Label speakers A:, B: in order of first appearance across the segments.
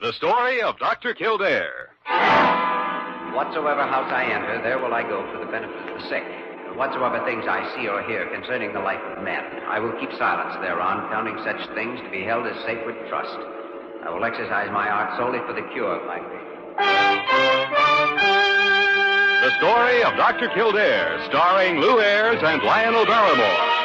A: The story of Dr. Kildare.
B: Whatsoever house I enter, there will I go for the benefit of the sick. And Whatsoever things I see or hear concerning the life of men, I will keep silence thereon, counting such things to be held as sacred trust. I will exercise my art solely for the cure of my people.
A: The story of Dr. Kildare, starring Lou Ayres and Lionel Barrymore.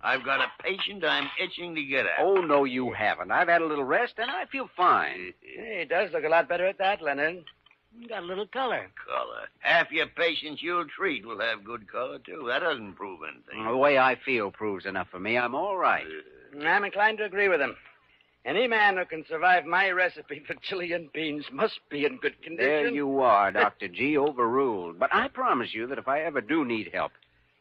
C: I've got a patient I'm itching to get at.
B: Oh, no, you haven't. I've had a little rest, and I feel fine.
D: Hey, it does look a lot better at that, Leonard. You got a little color.
C: color. Half your patients you'll treat will have good color, too. That doesn't prove anything.
B: The way I feel proves enough for me. I'm all right.
D: Uh, I'm inclined to agree with him. Any man who can survive my recipe for chili and beans must be in good condition.
B: There you are, Dr. G, overruled. But I promise you that if I ever do need help,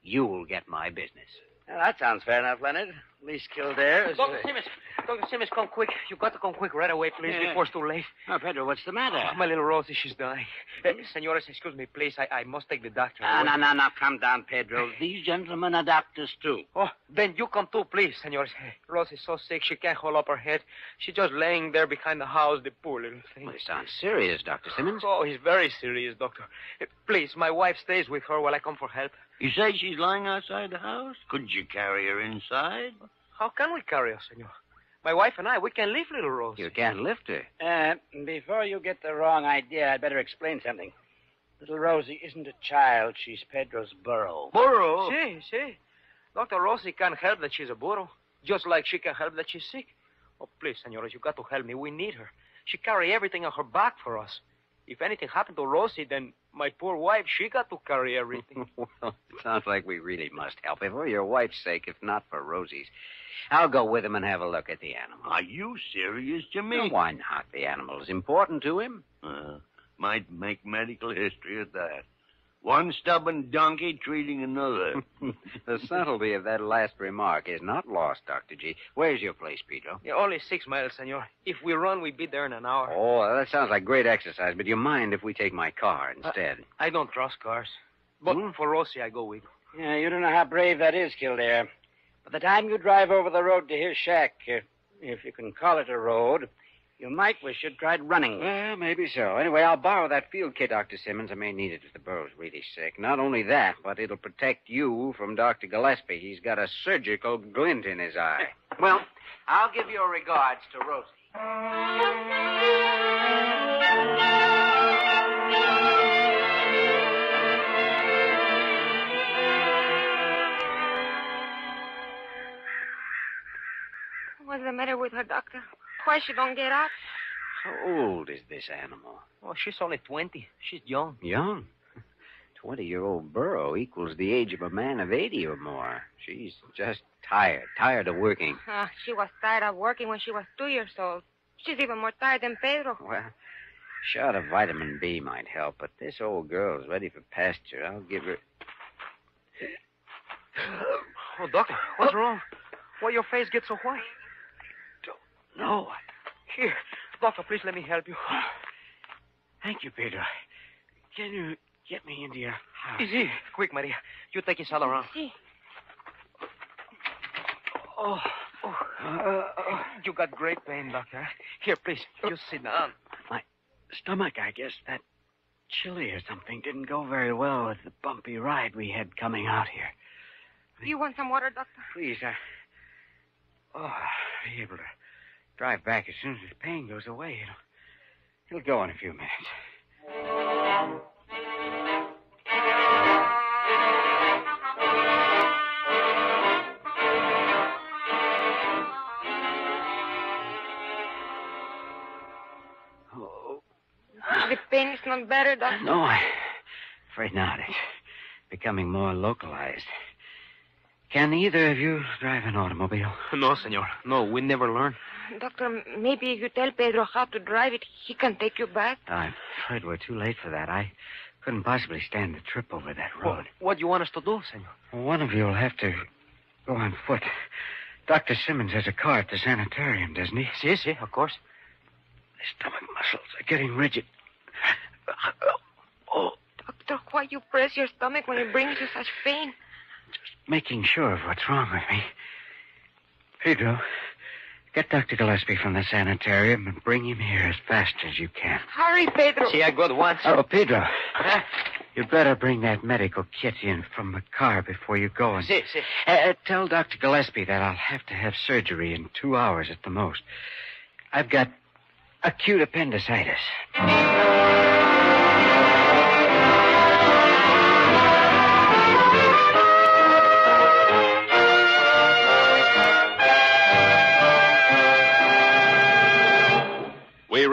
B: you'll get my business.
D: Well, that sounds fair enough, Leonard. At least Kildare is. uh,
E: Dr. Simmons, Dr. Simmons, come quick. You got to come quick right away, please,
D: Yeah.
E: before it's too late.
D: Oh, Pedro, what's the matter?
B: Ah.
E: My little Rosie, she's dying. Uh, senores, excuse me, please. I, I must take the doctor.
D: Ah, no, no, no. Calm down, Pedro. These gentlemen are doctors, too.
E: Oh, then you come too, please, senores. Rosie's so sick she can't hold up her head. She's just laying there behind the house, the poor little thing.
B: Well, it sounds serious, Dr. Simmons.
E: Oh, he's very serious, doctor. Uh, Please, my wife stays with her while I come for help.
C: You say she's lying outside the house? Couldn't you carry her inside?
E: How can we carry her, senor? My wife and I, we can leave little Rosie.
B: You can't lift her.
D: Uh, before you get the wrong idea, I'd better explain something. Little Rosie isn't a child. She's Pedro's burro.
B: Oh.
C: Burro?
E: See, see. Dr. Rosie can't help that she's a burro, just like she can help that she's sick. Oh, please, senores, you got to help me. We need her. She carry everything on her back for us. If anything happened to Rosie, then my poor wife, she got to carry everything.
B: Well, it sounds like we really must help him for your wife's sake, if not for Rosie's. I'll go with him and have a look at the animal.
C: Are you serious, Jimmy?
B: Now, why not? The animal is important to him.
C: Uh, might make medical history at that. One stubborn donkey treating another.
B: The subtlety of that last remark is not lost, Dr. G. Where's your place, Pedro?
E: Yeah, only six miles, senor. If we run, we'd be there in an hour.
B: Oh, that sounds like great exercise, but you mind if we take my car instead?
E: I don't trust cars. But
B: Hmm?
E: for Rosie, I go with. her.
D: Yeah, you don't know how brave that is, Kildare. By the time you drive over the road to his shack, uh, if you can call it a road, you might wish you'd tried running.
B: Well, maybe so. Anyway, I'll borrow that field kit, Dr. Simmons. I may need it if the burrow's really sick. Not only that, but it'll protect you from Dr. Gillespie. He's got a surgical glint in his eye.
D: Well, I'll give your regards to Rosie.
F: What's the matter with her, doctor? Why she don't get up?
B: How old is this animal?
E: Oh, she's only 20. She's young.
B: Young. 20 year old burro equals the age of a man of 80 or more. She's just tired, tired of working.
F: Ah, she was tired of working when she was two years old. She's even more tired than Pedro.
B: Well, shot of vitamin B might help, but this old girl's ready for pasture. I'll give her.
E: Oh, doctor, what's wrong? Why your face gets so white?
B: No,
E: Here, doctor, please let me help you.
B: Thank you, Pedro. Can you get me into your house?
E: Easy. Quick, Maria. You take his all around.
F: See,
E: Oh, oh. you got great pain, Doctor. Here, please, you sit down.
B: Stomach, I guess that chili or something didn't go very well with the bumpy ride we had coming out here.
F: You want some water, Doctor?
B: Please, I. Oh, I'll be able to drive back as soon as this pain goes away. It'll, it'll go in a few minutes. Oh,
F: The pain is not better, Doctor.
B: no, I'm afraid not. It's becoming more localized. Can either of you drive an automobile?
E: No, senor. No, we never learn.
F: Doctor, maybe if you tell Pedro how to drive it, he can take you back.
B: Oh, I'm afraid we're too late for that. I couldn't possibly stand the trip over that
E: What,
B: road.
E: what do you want us to do, senor?
B: One of you will have to go on foot. Dr. Simmons has a car at the sanitarium, doesn't he?
E: Si, si, of course.
B: Oh, My stomach muscles are getting rigid. Oh,
F: Doctor, why you press your stomach when it brings you such pain?
B: making sure of what's wrong with me. Pedro, get Dr. Gillespie from the sanitarium and bring him here as fast as you can.
F: Hurry, Pedro.
E: Si, I got once.
B: Oh, Pedro. You'd better bring that medical kit in from the car before you go. And...
E: si, si.
B: Uh, uh, tell Dr. Gillespie that I'll have to have surgery in two hours at the most. I've got acute appendicitis.
A: We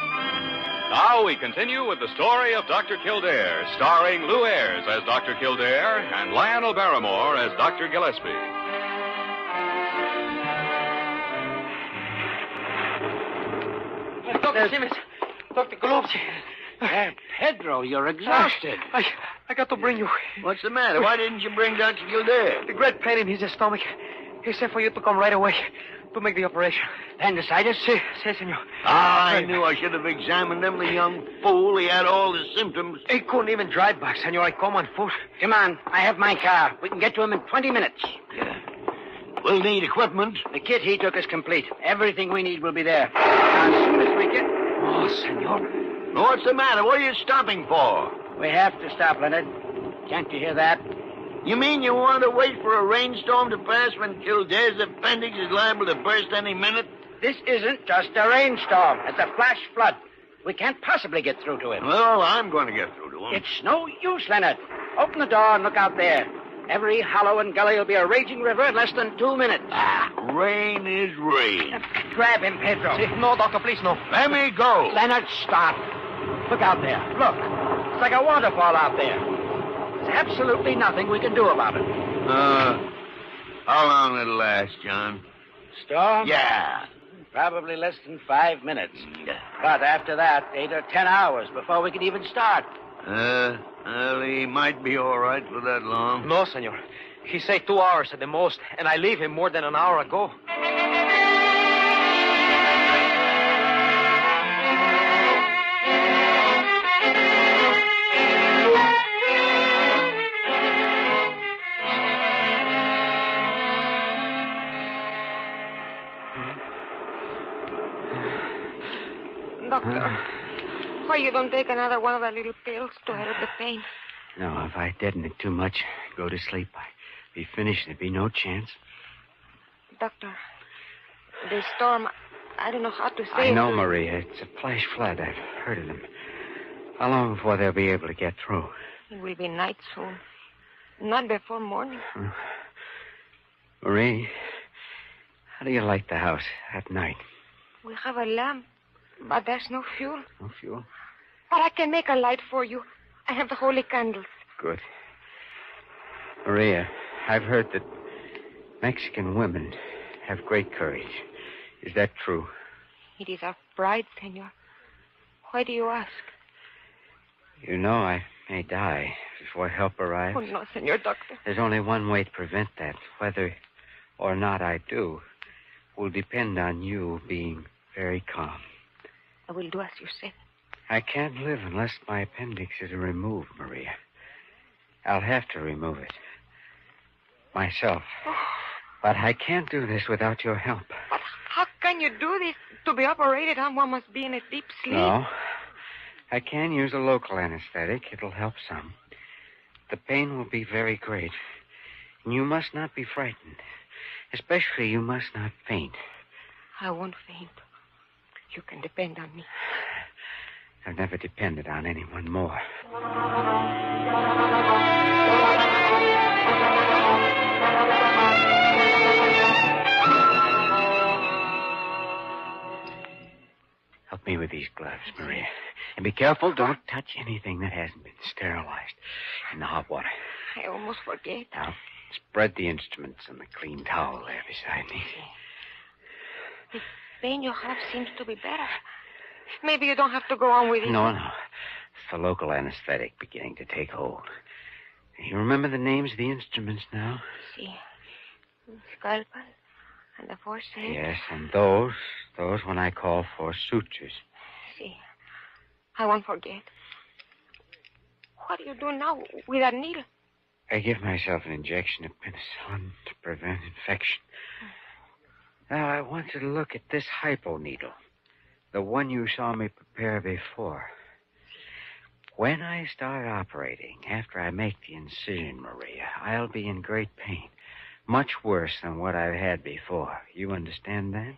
A: Now we continue with the story of Dr. Kildare, starring Lou Ayres as Dr. Kildare and Lionel Barrymore as Dr. Gillespie.
E: Dr. Simmons. Dr. Golubsky.
B: Pedro, you're
E: I, I got to bring you.
C: What's the matter? Why didn't you bring Dr. Kildare?
E: The great pain in his stomach. He said for you to come right away to make the operation. Appendicitis? Si, si, senor.
C: Ah, I knew I should have examined him, the young fool. He had all the symptoms.
E: He couldn't even drive back, senor. I come on foot.
B: Come on, I have my car. We can get to him in 20 minutes.
C: Yeah. We'll need equipment.
B: The kit he took is complete. Everything we need will be there. Now, As soon as we get...
E: Oh, senor.
C: What's the matter? What are you stopping for?
B: We have to stop, Leonard. Can't you hear that?
C: You mean you want to wait for a rainstorm to pass when Kildare's appendix is liable to burst any minute?
B: This isn't just a rainstorm. It's a flash flood. We can't possibly get through to him.
C: Well, I'm going to get through to him.
B: It's no use, Leonard. Open the door and look out there. Every hollow and gully will be a raging river in less than two minutes.
C: Ah, rain is rain.
B: Grab him, Pedro.
E: Si, no, doctor, please, no.
C: Let me go.
B: Leonard, stop. Look out there. Look. It's like a waterfall out there. There's absolutely nothing we can do about it.
C: Uh, how long it'll last, John?
B: Storm?
C: Yeah.
B: Probably less than five minutes. But after that, eight or ten hours before we can even start.
C: Uh, well, he might be all right for that long.
E: No, senor. He said two hours at the most, and I leave him more than an hour ago.
F: Doctor, why you don't take another one of the little pills to help the pain?
B: No, if I deaden it too much, go to sleep, I'd be finished. There'd be no chance.
F: Doctor, the storm, I don't know how to say
B: I know,
F: it.
B: Maria. It's a flash flood. I've heard of them. How long before they'll be able to get through?
F: It will be night soon. Not before morning.
B: Marie, how do you like the house at night?
F: We have a lamp. But there's no fuel.
B: No fuel?
F: But I can make a light for you. I have the holy candles.
B: Good. Maria, I've heard that Mexican women have great courage. Is that true?
F: It is our bride, senor. Why do you ask?
B: You know I may die before help arrives.
F: Oh, no, senor doctor.
B: There's only one way to prevent that. Whether or not I do will depend on you being very calm.
F: I will do as you say.
B: I can't live unless my appendix is removed, Maria. I'll have to remove it myself.
F: Oh,
B: But I can't do this without your help.
F: But how can you do this? To be operated on, one must be in a deep sleep.
B: No. I can use a local anesthetic. It'll help some. The pain will be very great. And you must not be frightened. Especially, you must not faint.
F: I won't faint. You can depend on me.
B: I've never depended on anyone more. Help me with these gloves, Maria. And be careful, don't touch anything that hasn't been sterilized in the hot water.
F: I almost forget.
B: Now, spread the instruments and the clean towel there beside me.
F: Pain you have seems to be better. Maybe you don't have to go on with it.
B: No, no. It's the local anesthetic beginning to take hold. You remember the names of the instruments now?
F: See. Scalpel and the forceps.
B: Yes, and those, those when I call for sutures.
F: See. I won't forget. What do you do now with that needle?
B: I give myself an injection of penicillin to prevent infection. Now, I want you to look at this hypo needle, the one you saw me prepare before. When I start operating, after I make the incision, Maria, I'll be in great pain. Much worse than what I've had before. You understand that?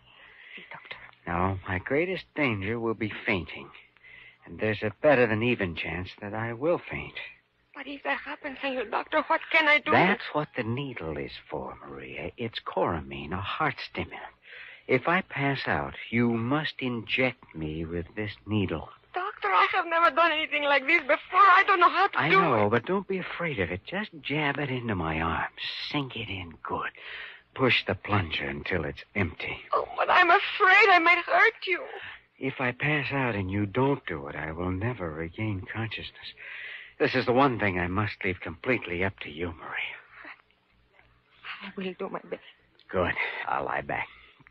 F: See, Doctor.
B: Now, my greatest danger will be fainting. And there's a better than even chance that I will faint.
F: What if that happens, senor doctor? What can I do?
B: That's what the needle is for, Maria. It's coramine, a heart stimulant. If I pass out, you must inject me with this needle.
F: Doctor, I have never done anything like this before. I don't know how to
B: I
F: do
B: know,
F: it.
B: but don't be afraid of it. Just jab it into my arm. Sink it in good. Push the plunger until it's empty.
F: Oh, but I'm afraid I might hurt you.
B: If I pass out and you don't do it, I will never regain consciousness. This is the one thing I must leave completely up to you, Maria.
F: I will do my best.
B: Good. I'll lie back.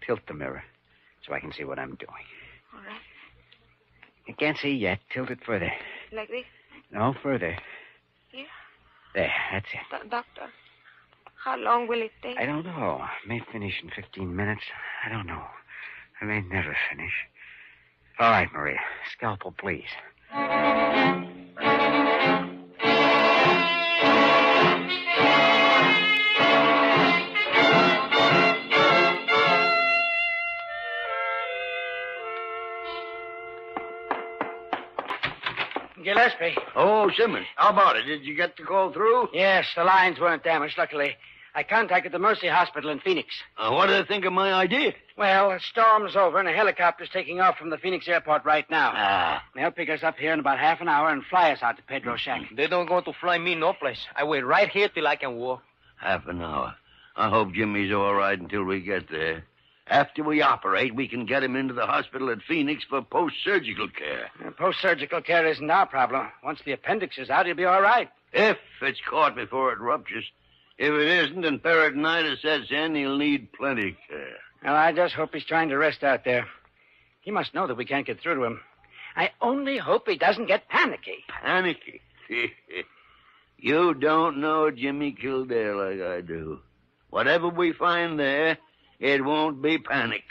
B: Tilt the mirror so I can see what I'm doing.
F: All right.
B: You can't see yet. Tilt it further.
F: Like this,
B: No further.
F: Here?
B: There, that's it.
F: Do- doctor. How long will it take?
B: I don't know. I may finish in 15 minutes. I don't know. I may never finish. All right, Maria. Scalpel, please.
D: Gillespie.
C: Oh, Simmons, how about it? Did you get the call through?
D: Yes, the lines weren't damaged, luckily. I contacted the Mercy Hospital in Phoenix.
C: Uh, what do they think of my idea?
D: Well, the storm's over and a helicopter's taking off from the Phoenix airport right now.
C: Ah,
D: They'll pick us up here in about half an hour and fly us out to Pedro Shack.
E: They don't going to fly me no place. I wait right here till I can walk.
C: half an hour. I hope Jimmy's all right until we get there. After we operate, we can get him into the hospital at Phoenix for post surgical care.
D: Post surgical care isn't our problem. Once the appendix is out, he'll be all right.
C: If it's caught before it ruptures. If it isn't and peritonitis sets in, he'll need plenty of care.
D: Well, I just hope he's trying to rest out there. He must know that we can't get through to him. I only hope he doesn't get panicky.
C: Panicky. you don't know Jimmy Kildare like I do. Whatever we find there, it won't be panic.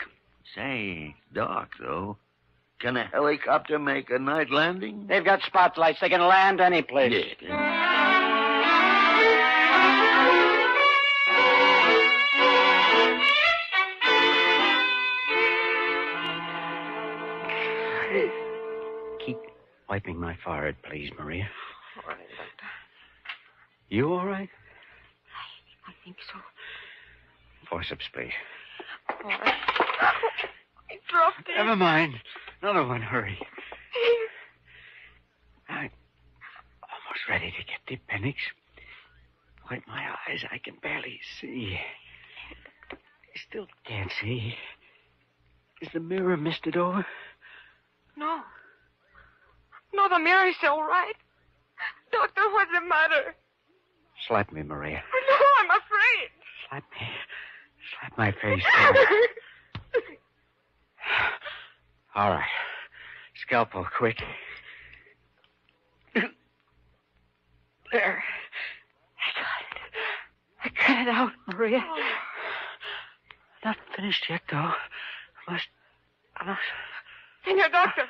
C: Say, Doc, though, can a helicopter make a night landing?
D: They've got spotlights. They can land any place.
C: Yeah.
B: Keep wiping my forehead, please, Maria.
F: All right, doctor.
B: You all right?
F: I think so.
B: Forceps, please.
F: All right. I dropped it.
B: Never mind. Another one. Hurry. I'm almost ready to get the appendix. Wipe my eyes. I can barely see. I still can't see. Is the mirror misted over?
F: No. No, the mirror is all right. Doctor, what's the matter?
B: Slap me, Maria.
F: No, I'm afraid.
B: Slap me. Slap my face. Carol. All right. Scalpel, quick.
F: there. I got it. I got it out, Maria.
B: Not finished yet, though. Must. I must.
F: Senor Doctor.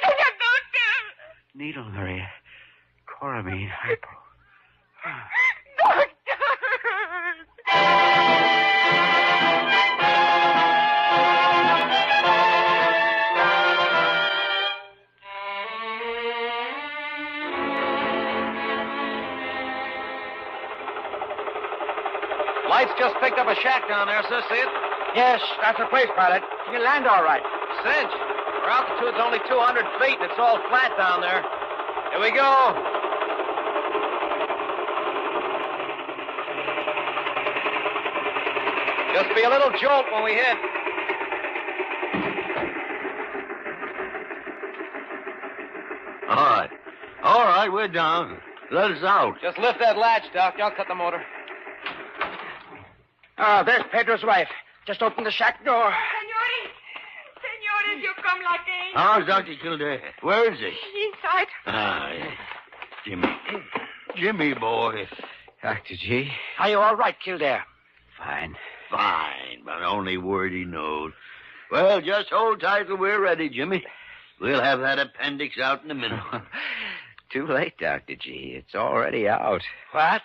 F: Senor Doctor.
B: Needle, Maria. Coramine, hypo. Ah.
F: Doctor.
E: Lights just picked up a shack down there, sir. See it?
B: Yes, that's the place, pilot. Can you land all right?
E: Cinch. Our altitude's only 200 feet, and it's all flat down there. Here we go. Just be a little jolt when we hit.
C: All right. All right, we're down. Let us out.
E: Just lift that latch, Doc. I'll cut the motor.
B: Ah, there's Pedro's wife. Just open the shack door.
F: Senores. Senores, you come like angels.
C: How's Dr. Kildare? Where is he?
F: Inside.
C: Ah, yeah. Jimmy. Jimmy boy.
B: Dr. G. Are you all right, Kildare? Fine.
C: Fine, but only word he knows. Well, just hold tight till we're ready, Jimmy. We'll have that appendix out in a minute.
B: Too late, Dr. G. It's already out. What?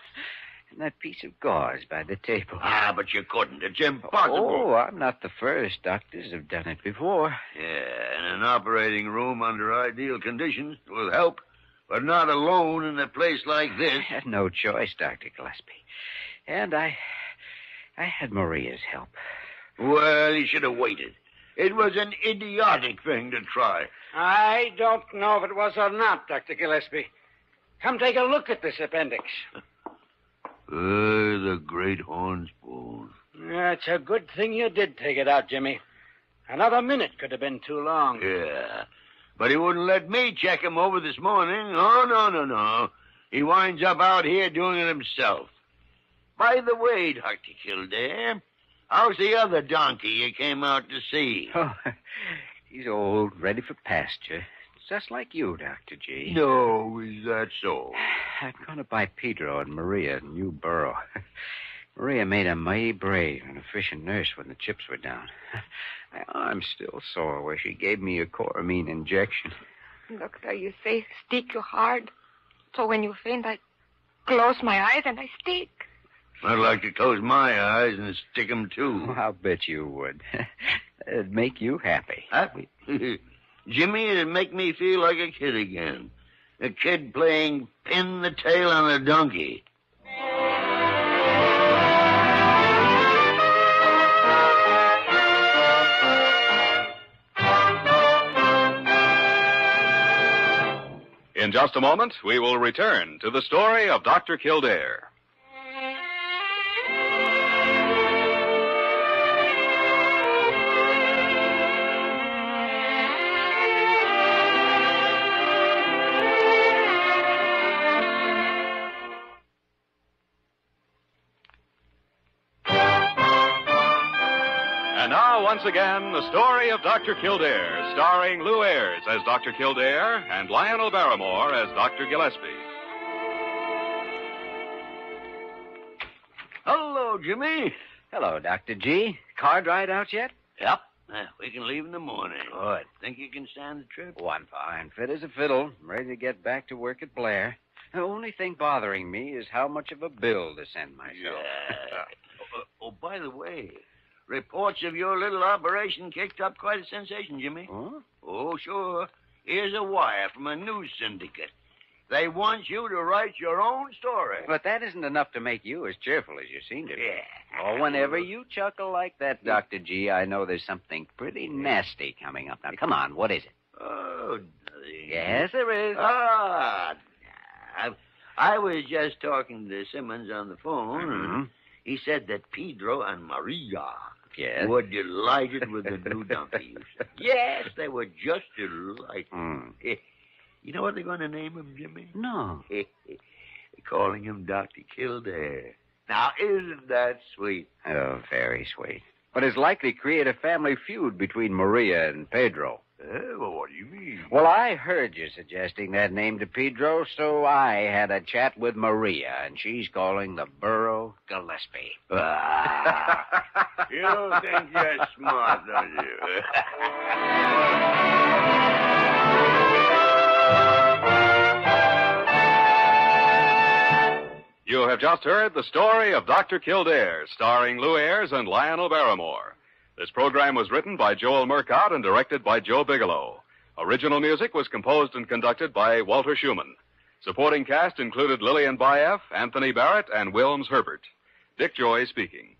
B: And that piece of gauze by the table.
C: ah, but you couldn't. It's impossible.
B: Oh, I'm not the first. Doctors have done it before.
C: Yeah, in an operating room under ideal conditions will help, but not alone in a place like
B: I
C: this.
B: had no choice, Dr. Gillespie. And I. I had Maria's help.
C: Well, he should have waited. It was an idiotic thing to try.
B: I don't know if it was or not, Dr. Gillespie. Come take a look at this appendix.
C: Uh, the great horn spoon.
B: It's a good thing you did take it out, Jimmy. Another minute could have been too long.
C: Yeah. But he wouldn't let me check him over this morning. Oh, no, no, no. He winds up out here doing it himself. By the way, Dr. Kildare, how's the other donkey you came out to see?
B: Oh, he's old, ready for pasture. Just like you, Dr. G.
C: No, is that so?
B: I'm going to buy Pedro and Maria a new burrow. Maria made a mighty brave and efficient nurse when the chips were down. My arm's still sore where she gave me a coramine injection.
F: Doctor, you say stick you hard. So when you faint, I close my eyes and I stick.
C: I'd like to close my eyes and stick 'em too.
B: Oh, I'll bet you would. It'd make you happy.
C: Happy. Jimmy, it'd make me feel like a kid again. A kid playing pin the tail on a donkey.
A: In just a moment, we will return to the story of Dr. Kildare. And now, once again, the story of Dr. Kildare, starring Lou Ayres as Dr. Kildare and Lionel Barrymore as Dr. Gillespie.
C: Hello, Jimmy.
B: Hello, Dr. G. Card ride out yet?
C: Yep. Uh, we can leave in the morning.
B: Good.
C: Think you can stand the trip?
B: Oh, I'm fine. Fit as a fiddle. I'm ready to get back to work at Blair. The only thing bothering me is how much of a bill to send myself.
C: Yeah. oh, oh, by the way, reports of your little operation kicked up quite a sensation, Jimmy.
B: Huh?
C: Oh, sure. Here's a wire from a news syndicate. They want you to write your own story.
B: But that isn't enough to make you as cheerful as you seem to be.
C: Yeah.
B: Or whenever you chuckle like that, Dr. G, I know there's something pretty nasty coming up. Now, come on, what is it?
C: Oh, nothing.
B: Yes, there is.
C: Ah, I, I was just talking to Simmons on the phone. and
B: Mhm.
C: He said that Pedro and Maria
B: Yes.
C: were delighted with the new donkey. yes, they were just delighted.
B: Hmm.
C: You know what they're going to name him, Jimmy?
B: No.
C: Calling him Dr. Kildare. Now, isn't that sweet?
B: Oh, very sweet. But it's likely to create a family feud between Maria and Pedro.
C: Eh, well, what do you mean?
B: Well, I heard you suggesting that name to Pedro, so I had a chat with Maria, and she's calling the burro Gillespie.
C: Ah. you think you're smart, don't you?
A: You have just heard the story of Dr. Kildare, starring Lou Ayres and Lionel Barrymore. This program was written by Joel Murcott and directed by Joe Bigelow. Original music was composed and conducted by Walter Schumann. Supporting cast included Lillian Baeff, Anthony Barrett, and Wilms Herbert. Dick Joy speaking.